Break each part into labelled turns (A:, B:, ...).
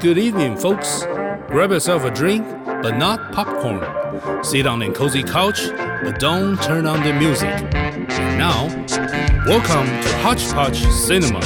A: Good evening, folks. Grab yourself a drink, but not popcorn. Sit on a cozy couch, but don't turn on the music. And now, welcome to Hodgepodge Cinema.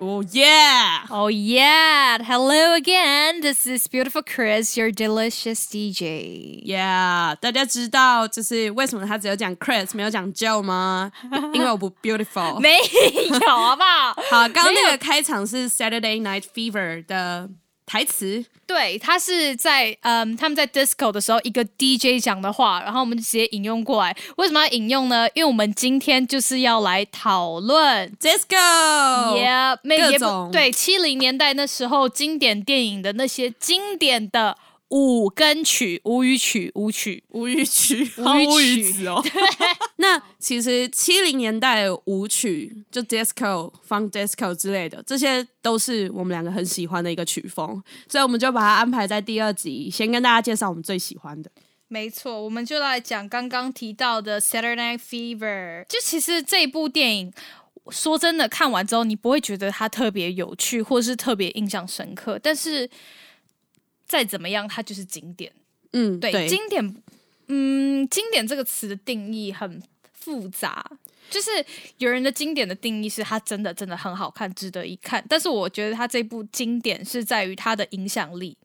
B: Oh yeah!
C: Oh yeah! Hello again. This is beautiful Chris, your delicious DJ.
B: Yeah，大家知道就是为什么他只有讲 Chris 没有讲 Joe 吗？因为我不 beautiful。
C: 没有好不好？
B: 好，刚刚那个开场是 Saturday Night Fever 的台词，
C: 对，他是在嗯，他们在 disco 的时候一个 DJ 讲的话，然后我们就直接引用过来。为什么要引用呢？因为我们今天就是要来讨论。
B: Let's go。
C: Yeah，没
B: 各
C: 也不
B: 种
C: 对，七零年代那时候经典电影的那些经典的五根曲、无语曲、舞曲。
B: 无语曲，
C: 无语曲
B: 好无语子哦。 那其实七零年代舞曲，就 disco、funk disco 之类的，这些都是我们两个很喜欢的一个曲风，所以我们就把它安排在第二集，先跟大家介绍我们最喜欢的。
C: 没错，我们就来讲刚刚提到的《Saturday Night Fever》。就其实这部电影，说真的，看完之后你不会觉得它特别有趣，或是特别印象深刻。但是再怎么样，它就是经典。
B: 嗯，
C: 对，经典，嗯，经典这个词的定义很复杂。就是有人的经典的定义是它真的真的很好看，值得一看。但是我觉得它这部经典是在于它的影响力，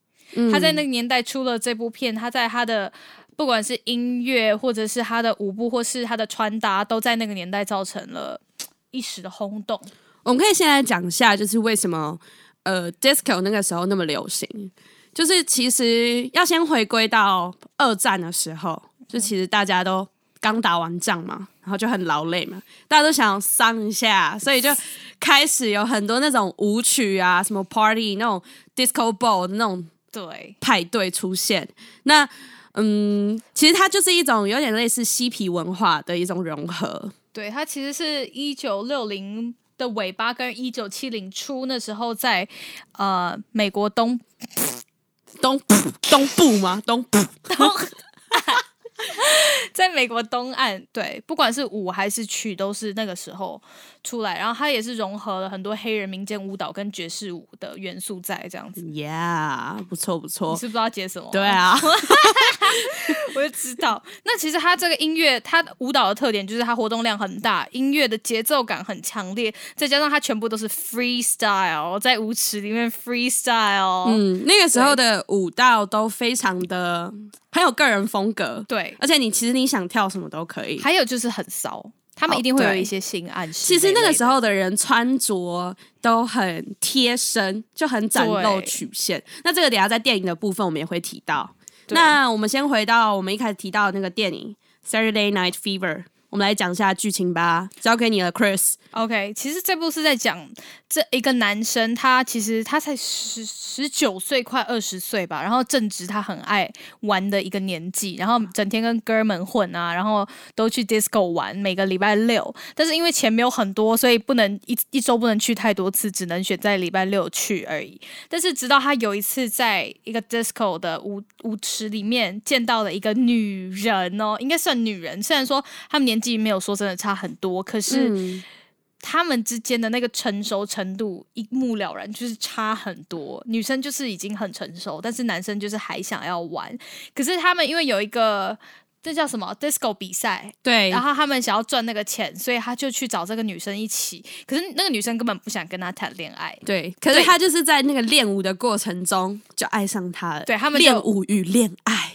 C: 他在那个年代出了这部片，他在他的不管是音乐，或者是他的舞步，或是他的穿搭，都在那个年代造成了嘖一时的轰动。
B: 我们可以先来讲一下，就是为什么呃 disco 那个时候那么流行，就是其实要先回归到二战的时候，就其实大家都刚打完仗嘛，然后就很劳累嘛，大家都想桑一下，所以就开始有很多那种舞曲啊，什么 party 那种 disco ball 那种
C: 对，
B: 派对出现。那嗯，其实它就是一种有点类似嬉皮文化的一种融合，
C: 对，它其实是一九六零的尾巴跟一九七零初那时候在呃美国东
B: 东东部吗？东部。
C: 在美国东岸，对，不管是舞还是曲，都是那个时候出来。然后它也是融合了很多黑人民间舞蹈跟爵士舞的元素在这样子。
B: Yeah，不错不
C: 你
B: 错。
C: 是不知道接什么？
B: 对啊，
C: 我就知道。那其实他这个音乐，他舞蹈的特点就是他活动量很大，音乐的节奏感很强烈，再加上他全部都是 freestyle，在舞池里面 freestyle。
B: 嗯，那个时候的舞蹈都非常的很有个人风格，
C: 对。
B: 而且你其实你想跳什么都可以。
C: 还有就是很骚，他们
B: 哦
C: 一定会有
B: 对
C: 一些性暗示。
B: 其实那个时，候的人穿着都很贴身，就很展露
C: 对
B: 曲线。那这个等一下在电影的部分我们也会提到。
C: 对
B: 那我们先回到我们一开始提到的那个电影《Saturday Night Fever》，我们来讲一下剧情吧。交给你了，Chris。
C: OK，其实这部是在讲这一个男生，他其实他才十十九岁，快二十岁吧，然后正值他很爱玩的一个年纪，然后整天跟哥们混啊，然后都去 disco 玩，每个礼拜六，但是因为钱没有很多，所以不能一一周不能去太多次，只能选在礼拜六去而已。但是直到他有一次在一个 disco 的舞舞池里面见到了一个女人哦，应该算女人，虽然说他们年纪没有说真的差很多，可是。他们之间的那个成熟程度一目了然，就是差很多。女生就是已经很成熟，但是男生就是还想要玩。可是他们因为有一个这叫什么 disco 比赛，
B: 对，
C: 然后他们想要赚那个钱，所以他就去找这个女生一起。可是那个女生根本不想跟他谈恋爱，
B: 对，可是
C: 对
B: 他就是在那个练舞的过程中就爱上他了。
C: 对他们就
B: 练舞与恋爱，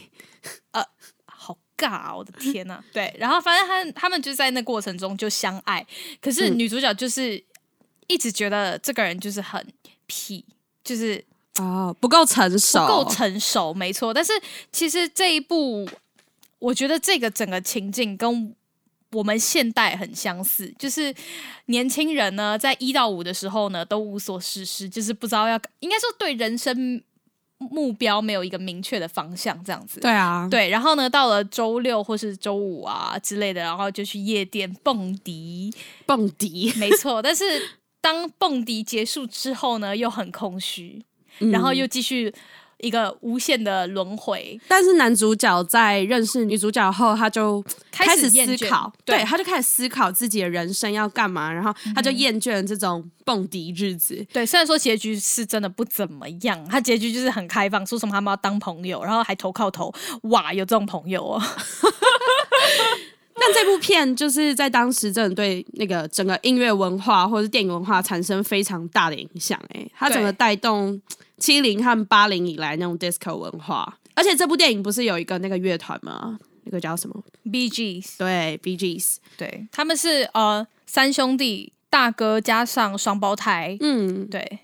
C: 好尬、哦，我的天呐、对，然后反正他他们就在那过程中就相爱，可是
B: 嗯
C: 女主角就是一直觉得这个人就是很痞，就是
B: 哦，不够成熟，
C: 不够成熟，没错。但是其实这一部，我觉得这个整个情境跟我们现代很相似，就是年轻人呢，在一到五的时候呢，都无所事事，就是不知道要，应该说对人生目标没有一个明确的方向，这样子。
B: 对啊，
C: 对，然后呢，到了周六或是周五啊之类的，然后就去夜店蹦迪，
B: 蹦迪，
C: 没错。但是当蹦迪结束之后呢，又很空虚，然后又继续一个无限的轮回。
B: 但是男主角在认识女主角后，他就
C: 开始
B: 始
C: 厌
B: 思
C: 倦
B: 考，
C: 对嗯
B: 对，他就开始思考自己的人生要干嘛，然后他就厌倦了这种蹦迪日子。
C: 对，虽然说结局是真的不怎么样，他结局就是很开放，说什么他们要当朋友，然后还头靠头，哇，有这种朋友哦。
B: 但这部片就是在当时真的对那个整个音乐文化或者是电影文化产生非常大的影响、欸，哎，它整个
C: 对
B: 带动七零和八零以来那种 disco 文化。而且这部电影不是有一个那个乐团吗？那个叫什么？
C: B G，
B: 对，B G S。
C: 对，他们是呃三兄弟，大哥加上双胞胎，
B: 嗯，
C: 对，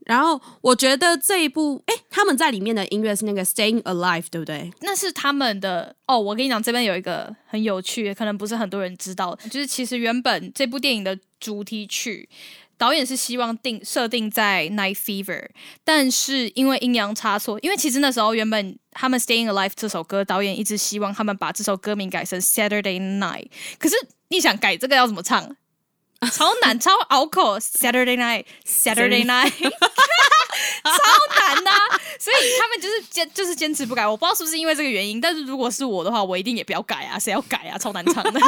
B: 然后我觉得这一部，哎、他们在里面的音乐是那个《Staying Alive》，对不对？
C: 那是他们的哦。我跟你讲，这边有一个很有趣，可能不是很多人知道，就是其实原本这部电影的主题曲。导演是希望定设定在《Night Fever》，但是因为阴阳差错，因为其实那时候原本他们《Staying Alive》这首歌，导演一直希望他们把这首歌名改成《Saturday Night》，可是你想改这个要怎么唱？超难，超拗口。Saturday Night, Saturday Night，超难呐、啊所以他们就是坚，就是坚持不改。我不知道是不是因为这个原因，但是如果是我的话，我一定也不要改啊，谁要改啊？超难唱的。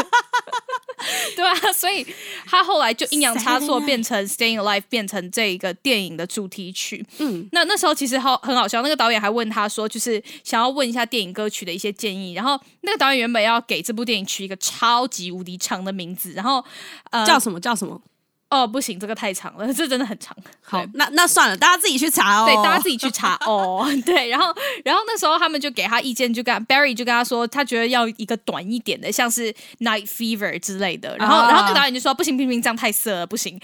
C: 对啊，所以他后来就阴阳差
B: Saturday
C: 错，
B: night
C: 变成《Staying Alive》，变成这一个电影的主题曲。
B: 嗯，
C: 那那时候其实好很好笑，那个导演还问他说，就是想要问一下电影歌曲的一些建议。然后那个导演原本要给这部电影取一个超级无敌长的名字，然后呃，
B: 叫什么？叫什么？
C: 哦不行，这个太长了，这真的很长。
B: 好
C: 对，
B: 那那算了，大家自己去查哦。
C: 对，大家自己去查哦。 对，然后然后那时候他们就给他意见，就跟 Barry 就跟他说，他觉得要一个短一点的，像是 Night Fever 之类的。然后、
B: 啊
C: 然后那个导演就说，不行不行，不行这样太色了，不行。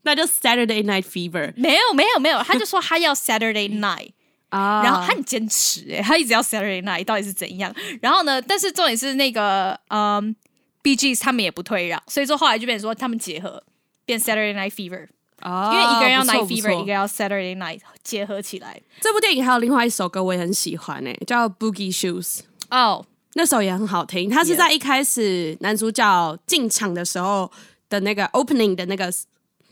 B: 那就 Saturday Night Fever
C: 没有没有没有，他 就说他要 Saturday Night。
B: 啊
C: 然后他很坚持、欸，他一直要 Saturday Night，到底是怎样？然后呢，但是重点是那个，嗯，B G 他们也不退让，所以说后来就变成说他们结合，变 Saturday Night Fever，、
B: 哦
C: 因为一个人要
B: 不
C: Night
B: 错
C: Fever，一
B: 不
C: 个
B: 错
C: 要 Saturday Night 结合起来。
B: 这部电影还有另外一首歌我也很喜欢诶、叫《Boogie Shoes》，
C: 哦，
B: 那首也很好听。它是
C: Yeah
B: 在一开始男主角进场的时候的那个 opening 的那个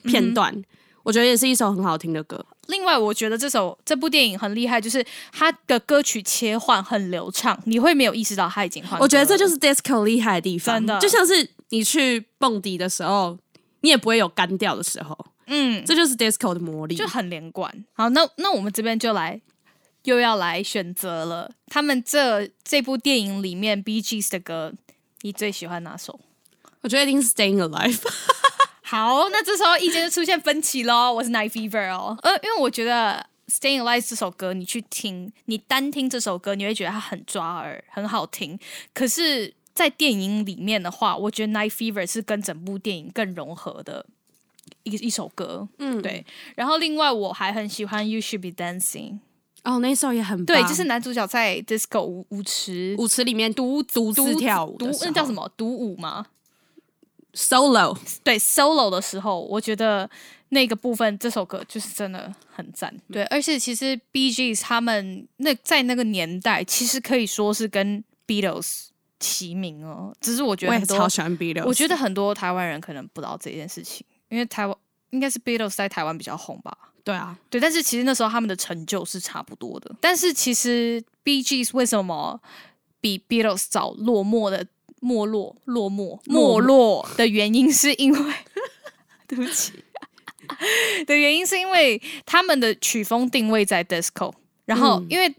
B: 片段，
C: 嗯
B: 我觉得也是一首很好听的歌。
C: 另外我觉得这首这部电影很厉害，就是它的歌曲切换很流畅，你会没有意识到他已经换歌了。
B: 我觉得这就是 disco 厉害的地方，
C: 真的
B: 就像是你去蹦迪的时候，你也不会有干掉的时候，
C: 嗯，
B: 这就是 disco 的魔力。
C: 就很连贯。好，那那我们这边就来又要来选择了，他们这这部电影里面 B G S 的歌，你最喜欢哪首？
B: 我觉得一定是 staying alive。
C: 好，那这时候意见就出现分歧喽。我是 Night Fever 哦，呃，因为我觉得。Staying Alive 这首歌，你去听，你单听这首歌，你会觉得它很抓耳，很好听。可是，在电影里面的话，我觉得 Night Fever 是跟整部电影更融合的一一首歌。嗯，对。然后，另外我还很喜欢 You Should Be Dancing，
B: 哦，那首也很棒
C: 对，就是男主角在 disco 舞舞池
B: 舞池里面独独自跳舞
C: 独
B: 的时候，
C: 那叫什么独舞吗？
B: solo？
C: 对 solo 的时候，我觉得那个部分这首歌就是真的很赞。对，而且其实 B G 他们那在那个年代，其实可以说是跟 Beatles 齐名哦。只是我觉
B: 我
C: 得
B: 也
C: 很多
B: 超，喜欢 Beatles。
C: 我觉得很多台湾人可能不知道这件事情，因为台湾应该是 Beatles 在台湾比较红吧。
B: 对啊，
C: 对，但是其实那时候他们的成就是差不多的。但是其实 B G s 为什么比 Beatles 早落寞的没落落寞没
B: 落寞
C: 落的原因，是因为 对不起的原因是因为他们的曲风定位在 disco。然后，因为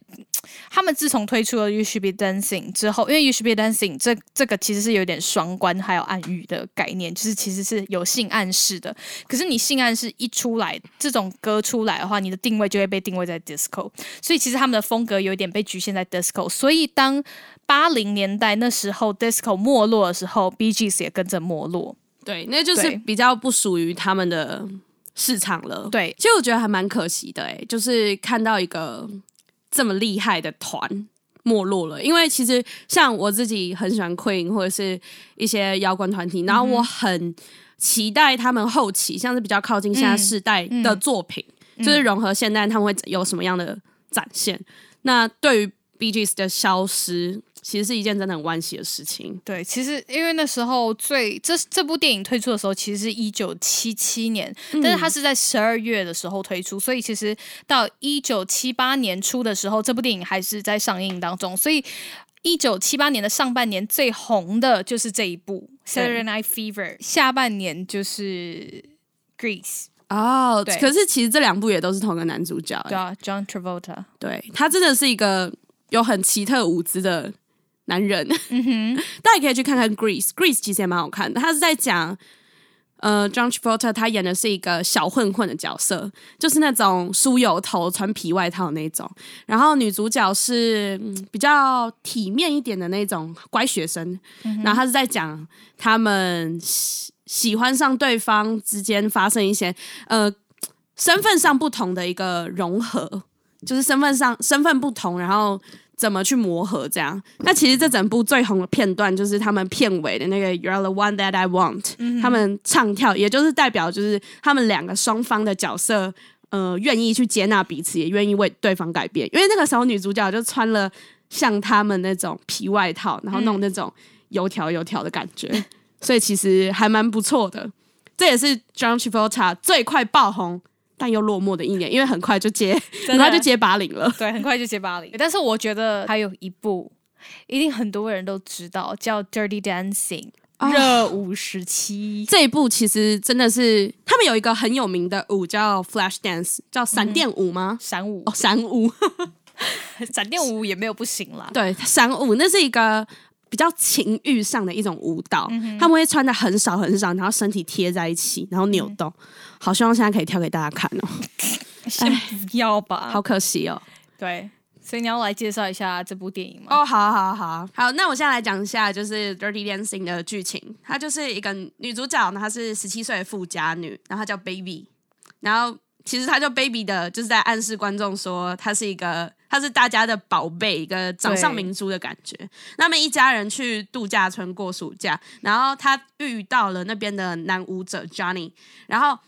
C: 他们自从推出了《You Should Be Dancing》之后，因为《You Should Be Dancing 这》这个其实是有点双关还有暗喻的概念，就是其实是有性暗示的。可是你性暗示一出来，这种歌出来的话，你的定位就会被定位在 disco，所以其实他们的风格有点被局限在 disco。所以当八零年代那时候 disco 没落的时候，B G S 也跟着没落。
B: 对，那就是
C: 对
B: 比较不属于他们的市场了。
C: 对
B: 其实我觉得还蛮可惜的、欸，就是看到一个这么厉害的团没落了。因为其实像我自己很喜欢 Queen 或者是一些摇滚
C: 嗯
B: 团体，然后我很期待他们后期像是比较靠近现在世代的作品，
C: 嗯
B: 就是融合现代他们会有什么样的展现。那对于 B G S 的消失，其实是一件真的很惋惜的事情。
C: 对，其实因为那时候最这这部电影推出的时候，其实是一九七七年，但是它是在十二月的时候推出，所以其实到一九七八年初的时候，这部电影还是在上映当中，所以。一九七八年的上半年最红的就是这一部《Saturday Night Fever》，下半年就是《Grease》，
B: 哦
C: 对
B: 可是其实这两部也都是同一个男主角、
C: 对啊，John Travolta。
B: 对他真的是一个有很奇特舞姿的男人。
C: 嗯哼，
B: 大家也可以去看看《Grease》，《Grease》其实也蛮好看的。他是在讲，呃，John Travolta 他演的是一个小混混的角色，就是那种梳油头、穿皮外套那种。然后女主角是、嗯比较体面一点的那种乖学生。
C: 嗯
B: 然后他是在讲他们喜喜欢上对方之间发生一些呃身份上不同的一个融合，就是身份上身份不同，然后怎么去磨合这样。那其实这整部最红的片段就是他们片尾的那个 "You're the one that I want"，、他
C: 嗯
B: 们唱跳，也就是代表就是他们两个双方的角色。呃，愿意去接纳彼此，也愿意为对方改变。因为那个时候女主角就穿了像他们那种皮外套，然后弄那种油条油条的感觉，
C: 嗯
B: 所以其实还蛮不错的。这也是 John Travolta 最快爆红但又落寞的一年，因为很快就接，
C: 真
B: 很
C: 的
B: 快就接巴零了。
C: 对，很快就接巴黎。但是我觉得还有一部，一定很多人都知道，叫《Dirty Dancing》热
B: 哦
C: 舞时期。
B: 这一部其实真的是他们有一个很有名的舞叫 Flash Dance，叫闪电舞吗？
C: 闪舞
B: 哦，，闪舞，
C: 闪电舞也没有不行啦。
B: 对，闪舞，那是一个比较情欲上的一种舞蹈，他们会穿的很少很少，然后身体贴在一起，然后扭动。好希望现在可以跳给大家看哦，
C: 先不要吧。
B: 哎好，可惜哦。
C: 对，所以你要来介绍一下这部电影吗？
B: 哦，好好好好，那我现在来讲一下，就是《Dirty Dancing》的剧情。她就是一个女主角，呢，她是十七岁的富家女，然后她叫 Baby，然后其实她叫 Baby 的，就是在暗示观众说她是一个，她是大家的宝贝，一个掌上明珠的感觉。那么一家人去度假村过暑假，然后她遇到了那边的男舞者 Johnny，然后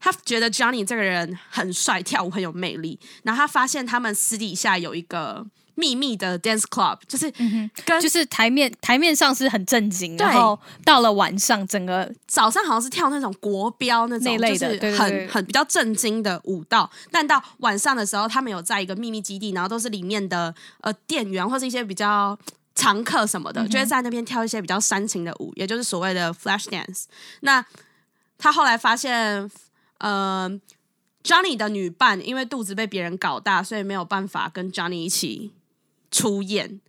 B: 他觉得 Johnny 这个人很帅，跳舞很有魅力。然后他发现他们私底下有一个秘密的 dance club，就是跟
C: 嗯就是台面台面上是很震惊，
B: 对
C: 然后到了晚上，整个
B: 早上好像是跳那种国标那种，
C: 那类的
B: 就是
C: 对对
B: 很
C: 对
B: 很比较震惊的舞蹈。但到晚上的时候，他们有在一个秘密基地，然后都是里面的呃店员或是一些比较。常客什
C: 嗯
B: 么的，就会在那边跳一些比较煽情的舞，也就是所谓的 flash dance。那他后来发现，呃，Johnny 的女伴因为肚子被别人搞大，所以没有办法跟 Johnny 一起出演。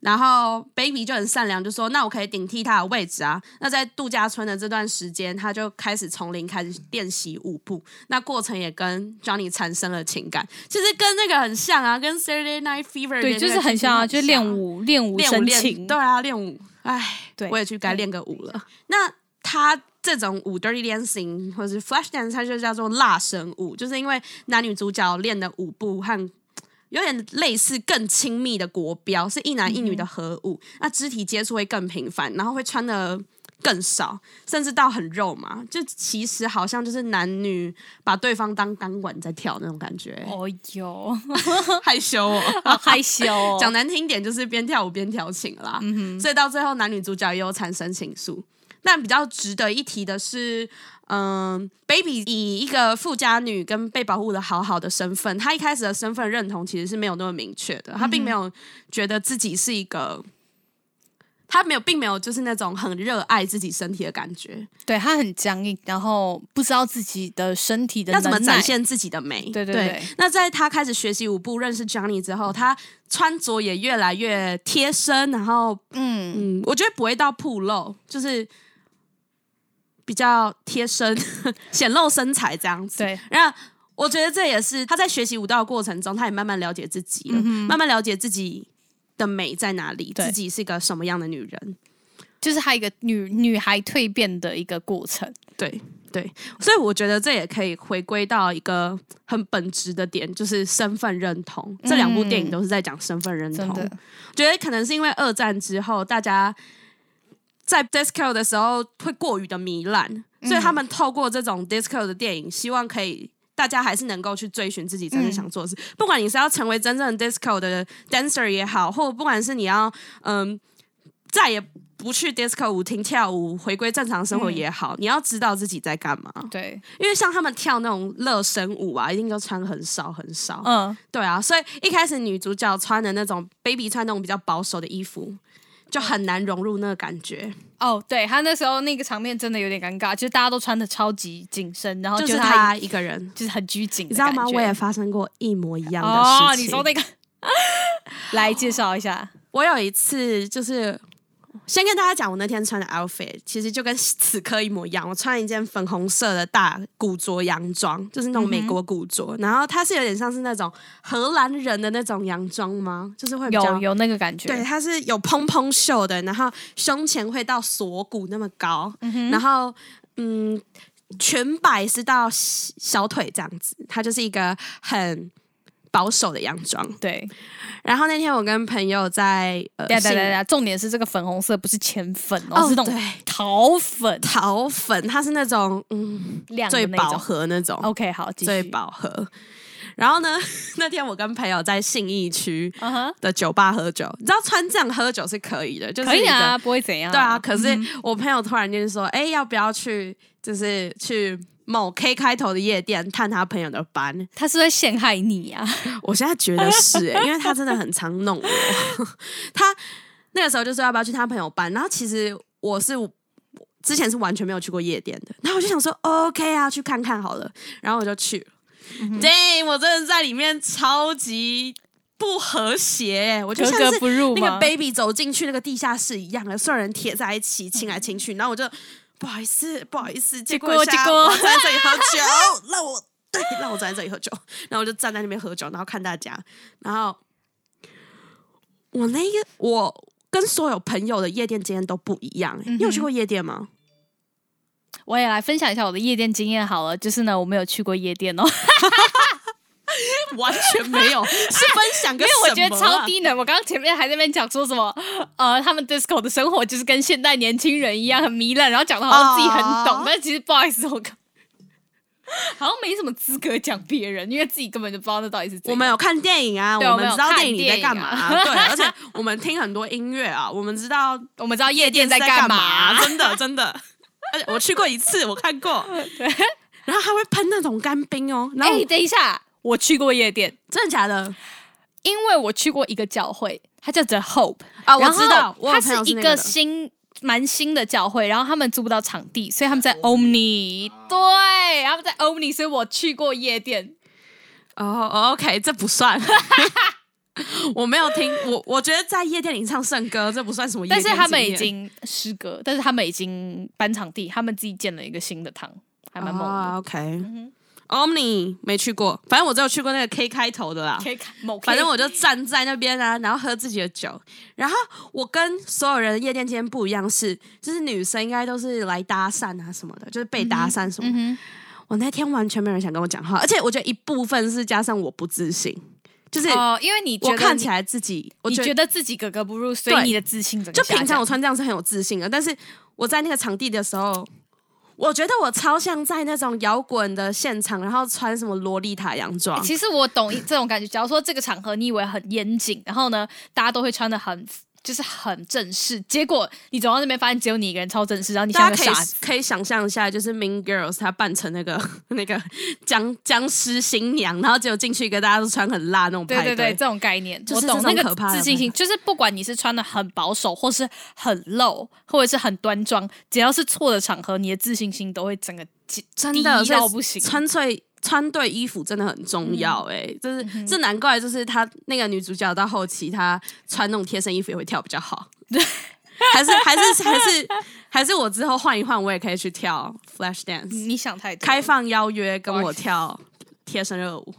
B: 然后 Baby 就很善良，就说：“那我可以顶替他的位置啊。”那在度假村的这段时间，他就开始从零开始练习舞步。那过程也跟 Johnny 产生了情感，其实跟那个很像啊，跟 Saturday Night Fever
C: 对，
B: 的
C: 就
B: 那
C: 是
B: 个
C: 很
B: 剧情
C: 像啊，
B: 很
C: 就是练
B: 像
C: 舞练舞
B: 练舞
C: 生
B: 练，
C: 情，
B: 对啊，练舞，哎，
C: 对
B: 我也去该练个舞了。那他这种舞 dirty dancing 或是 flash dance，它就叫做辣神舞，就是因为男女主角练的舞步和。有点类似更亲密的国标，是一男一
C: 嗯
B: 女的合舞，那肢体接触会更频繁，然后会穿的更少，甚至到很肉麻。就其实好像就是男女把对方当钢管在跳那种感觉，
C: 哦 哟，
B: 害羞哦。
C: 好害羞哦，
B: 讲难听点就是边跳舞边调情啦。所以到最后男女主角也有产生情愫。但比较值得一提的是，嗯，Baby 以一个富家女跟被保护的好好的身份，她一开始的身份认同其实是没有那么明确的，她并没有觉得自己是一个。她没有，并没有，就是那种很热爱自己身体的感觉。
C: 对他很僵硬，然后不知道自己的身体的
B: 要怎么
C: 能耐
B: 展现自己的美？
C: 对对对
B: 那在他开始学习舞步、认识 Johnny 之后，他穿着也越来越贴身，然后
C: 嗯，
B: 嗯，我觉得不会到铺露，就是比较贴身、 显露身材这样子。
C: 对，
B: 那我觉得这也是他在学习舞蹈的过程中，他也慢慢了解自己了，慢慢了解自己的美在哪里，
C: 嗯对
B: 自己是个什么样的女人。
C: 就是他一个女女孩蜕变的一个过程。
B: 对对，所以我觉得这也可以回归到一个很本质的点，就是身份认同。这两部电影都是在讲身份认同。
C: 嗯真的
B: 觉得可能是因为二战之后，大家在 disco 的时候会过于的糜烂，所以他们透过这种 disco 的电影，希望可以大家还是能够去追寻自己真正想做的事。不管你是要成为真正的 disco 的 dancer 也好，或不管是你要嗯再也不去 disco 舞厅跳舞，回归正常生活也好，你要知道自己在干嘛。
C: 对，
B: 因为像他们跳那种热身舞啊，一定都穿很少很少。
C: 嗯，
B: 对啊，所以一开始女主角穿的那种 baby 穿那种比较保守的衣服，就很难融入那个感觉。
C: 哦，对他那时候那个场面真的有点尴尬，就是大家都穿的超级紧身，然后
B: 就是是
C: 他
B: 她一个人，
C: 就是很拘谨
B: 你
C: 的
B: 知道
C: 感觉，
B: 吗？我也发生过一模一样的
C: 哦，
B: 事情。
C: 你说 那个，来介绍一下，
B: 我有一次就是。先跟大家讲，我那天穿的 outfit 其实就跟此刻一模一样。我穿一件粉红色的大古着洋装，就是那
C: 嗯
B: 种美国古着，然后它是有点像是那种荷兰人的那种洋装吗？就是会比较
C: 有啊有那个感觉，
B: 对，它是有蓬蓬袖的，然后胸前会到锁骨那么高，然后嗯，裙摆是到小小腿这样子，它就是一个很保守的洋装。
C: 对，
B: 然后那天我跟朋友在呃，
C: 对对对
B: 信
C: 对，重点是这个粉红色不是浅粉哦，
B: 哦
C: 是那种
B: 对
C: 桃粉
B: 桃粉，它是那种嗯
C: 亮的
B: 最
C: 那
B: 饱
C: 种。
B: 和那种，
C: OK，好，继续
B: 最饱和。然后呢， 那天我跟朋友在信义区
C: 嗯哼，
B: 的酒吧喝酒，你知道穿这样喝酒是可以的，就是
C: 可以
B: 一个
C: 啊，不会怎样。
B: 对啊，，可
C: 嗯
B: 是我朋友突然间说：“哎、要不要去？就是去某 K 开头的夜店探他朋友的班
C: 他是在陷害你啊。？”
B: 我现在觉得是、哎因为他真的很常弄我。 他那个时候就说要不要去他朋友班，然后其实我是之前是完全没有去过夜店的，然后我就想说 OK 啊，去看看好了，然后我就去了。
C: 嗯
B: 对、我真的在里面超级不和谐、哎我就
C: 格
B: 像
C: 格
B: 是
C: 不入
B: 那个
C: 吗
B: baby 走进去那个地下室一样的，所有人贴在一起，亲来亲去，然后我就不好意思，不好意思，结
C: 结果
B: 果现在
C: 结果
B: 我坐在这里喝酒，让我对，让我坐在这里喝酒，然后我就站在那边喝酒，然后看大家，然后我那个我跟所有朋友的夜店经验都不一样、欸，
C: 嗯
B: 你有去过夜店吗？
C: 我也来分享一下我的夜店经验好了。就是呢，我没有去过夜 店哦，
B: 完全没有，是分享
C: 因
B: 跟
C: 为我
B: 什
C: 觉得
B: 么啊
C: 超低能。我刚刚前面还在那边讲说什么，呃，他们 disco 的生活就是跟现代年轻人一样很糜烂，然后讲的好像自己很懂
B: 哦
C: 但其实不好意思，我刚好像没什么资格讲别人，因为自己根本就不知道那到底是
B: 我
C: 怎样。
B: 们有看电影啊，
C: 对
B: 我
C: 我们
B: 们
C: 有
B: 知道
C: 看
B: 电影你在干嘛、啊
C: 电影啊
B: 对，而且我们听很多音乐啊，我们知道
C: 我们知道夜店
B: 店
C: 在
B: 干
C: 干
B: 嘛？
C: 嘛，
B: 真的真的，而且我去过一次，我看过。
C: 对
B: 然后他会喷那种干冰哦，然
C: 哎、
B: 后我、
C: 等一下，我去过夜店，
B: 真的假的
C: 因为我去过一个教会，它叫 The Hope，
B: 啊
C: 然后
B: 有
C: 它
B: 朋友
C: 是一
B: 那
C: 个
B: 的
C: 新蛮新的教会，然后他们租不到场地，所以他们在
B: 哦
C: Omni，对，他们在 Omni，所以我去过夜店。
B: 哦、o k 这不算。 我没有听，我我觉得在夜店里唱圣歌，这不算什么夜
C: 但
B: 店
C: 是
B: 经验。
C: 他们已经失格，但是他们已经搬场地，他们自己建了一个新的堂，还蛮猛嗯的。
B: 啊、OK。Omni 没去过，反正我只有去过那个 K 开头的啦。
C: 可以看某 K，
B: 反正我就站在那边啊，然后喝自己的酒。然后我跟所有人的夜店间不一样是，就是女生应该都是来搭讪啊什么的，就是被搭讪什么的。
C: 嗯
B: 我那天完全没有人想跟我讲话，而且我觉得一部分是加上我不自信，就是
C: 哼哦，因为你觉
B: 我
C: 得
B: 看起
C: 来
B: 来自己，我
C: 你
B: 觉
C: 觉
B: 得
C: 得自己格格不入，所以
B: 对
C: 你的自信整个
B: 就
C: 下
B: 平常
C: 降
B: 我穿这样是很有自信的，但是我在那个场地的时候。我觉得我超像在那种摇滚的现场，然后穿什么洛丽塔洋装，
C: 其实我懂一这种感觉。假如说这个场合你以为很严谨，然后呢，大家都会穿的很就是很正式，结果你走到那边发现只有你一个人超正式，然后你像
B: 大
C: 个
B: 家可
C: 傻
B: 以
C: 子。
B: 可以想象一下，就是 Mean Girls 她扮成那个那个僵僵尸新娘，然后结果进去一个大家都穿很辣那种
C: 对
B: 派
C: 对
B: 对，
C: 对，这种概念
B: 就
C: 我
B: 是
C: 懂。
B: 这
C: 那
B: 种
C: 个
B: 可怕的
C: 自信心，就是不管你是穿的很保守，或是很露，或者是很端庄，只要是错的场合，你的自信心都会整个低
B: 真的
C: 低
B: 所以
C: 到不行。嗯
B: 穿对穿对衣服真的很重要哎、就是、这难怪就是她那个女主角到后期她穿那种贴身衣服也会跳比较 好，还是还是还是还是我之后换一换，我也可以去跳 Flash Dance，
C: 你想太多了，
B: 开放邀约跟我跳贴身热舞。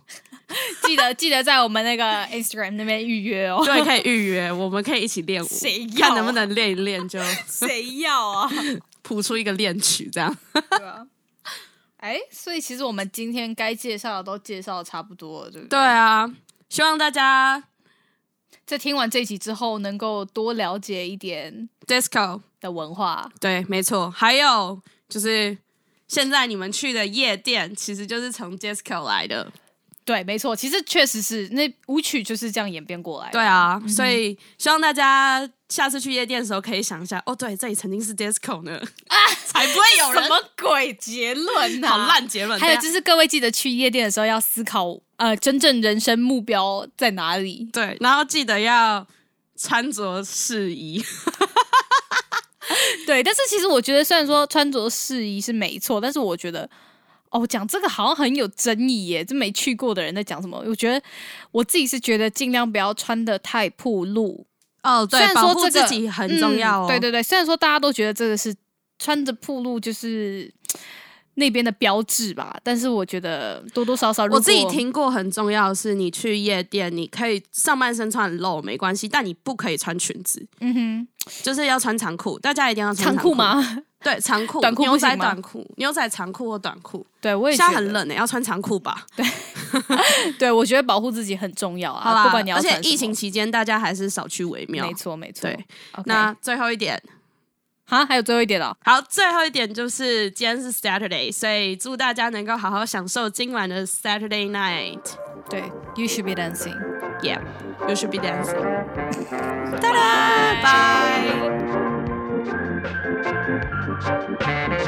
C: 记得记得在我们那个 Instagram 那边预约 哦。
B: 对，可以预约，我们可以一起练舞，
C: 谁要
B: 看
C: 啊
B: 能不能练一练，就
C: 谁要啊？
B: 谱出一个练曲这样。
C: 对啊。哎，所以其实我们今天该介绍的都介绍的差不多了，对不对？
B: 对啊，希望大家
C: 在听完这一集之后，能够多了解一点
B: disco
C: 的文化。
B: 对，没错，还有就是现在你们去的夜店其实就是从 disco 来的。
C: 对，没错，其实确实是那舞曲就是这样演变过来的。
B: 对啊，所以希望大家下次去夜店的时候可以想一下，哦，对，这里曾经是 disco 呢， 才不会 有
C: 什
B: 人
C: 么鬼结论呐、
B: 好烂结论。
C: 还有
B: 对
C: 就
B: 啊
C: 是各位记得去夜店的时候要思考，呃，真正人生目标在哪里？
B: 对，然后记得要穿着适宜。
C: 对，但是其实我觉得，虽然说穿着适宜是没错，但是我觉得，哦，讲这个好像很有争议耶，这没去过的人在讲什么？我觉得我自己是觉得尽量不要穿的太暴露，
B: 哦，
C: 虽然说
B: 保
C: 这
B: 护
C: 个
B: 自己很重要哦。
C: 嗯对对对，虽然说大家都觉得这个是穿着暴露就是那边的标志吧，但是我觉得多多少少如果
B: 我自己听过很重要的是，你去夜店，你可以上半身穿很露没关系，但你不可以穿裙子，
C: 嗯哼，
B: 就是要穿长裤。大家一定要穿
C: 长裤
B: 裤？
C: 吗？
B: 对，长裤、
C: 短裤不
B: 牛
C: 行
B: 仔
C: 吗
B: 短裤、牛仔长裤或短裤。
C: 对，我也
B: 现
C: 觉
B: 在
C: 得
B: 很，冷呢、欸要穿长裤吧？
C: 对我觉得保护自己很重要
B: 好
C: 啊，
B: 啦，
C: 不管你要
B: 而且
C: 穿什
B: 疫情
C: 么
B: 期间，大家还是少去为妙
C: 没。错没错，
B: 对
C: OK，
B: 那最后一点，
C: 啊还有最后一点了、
B: 好，最后一点就是今天是 Saturday，所以祝大家能够好好享受今晚的 Saturday night。
C: 对，You should be dancing。
B: Yeah, you should be dancing. Ta-da! Bye.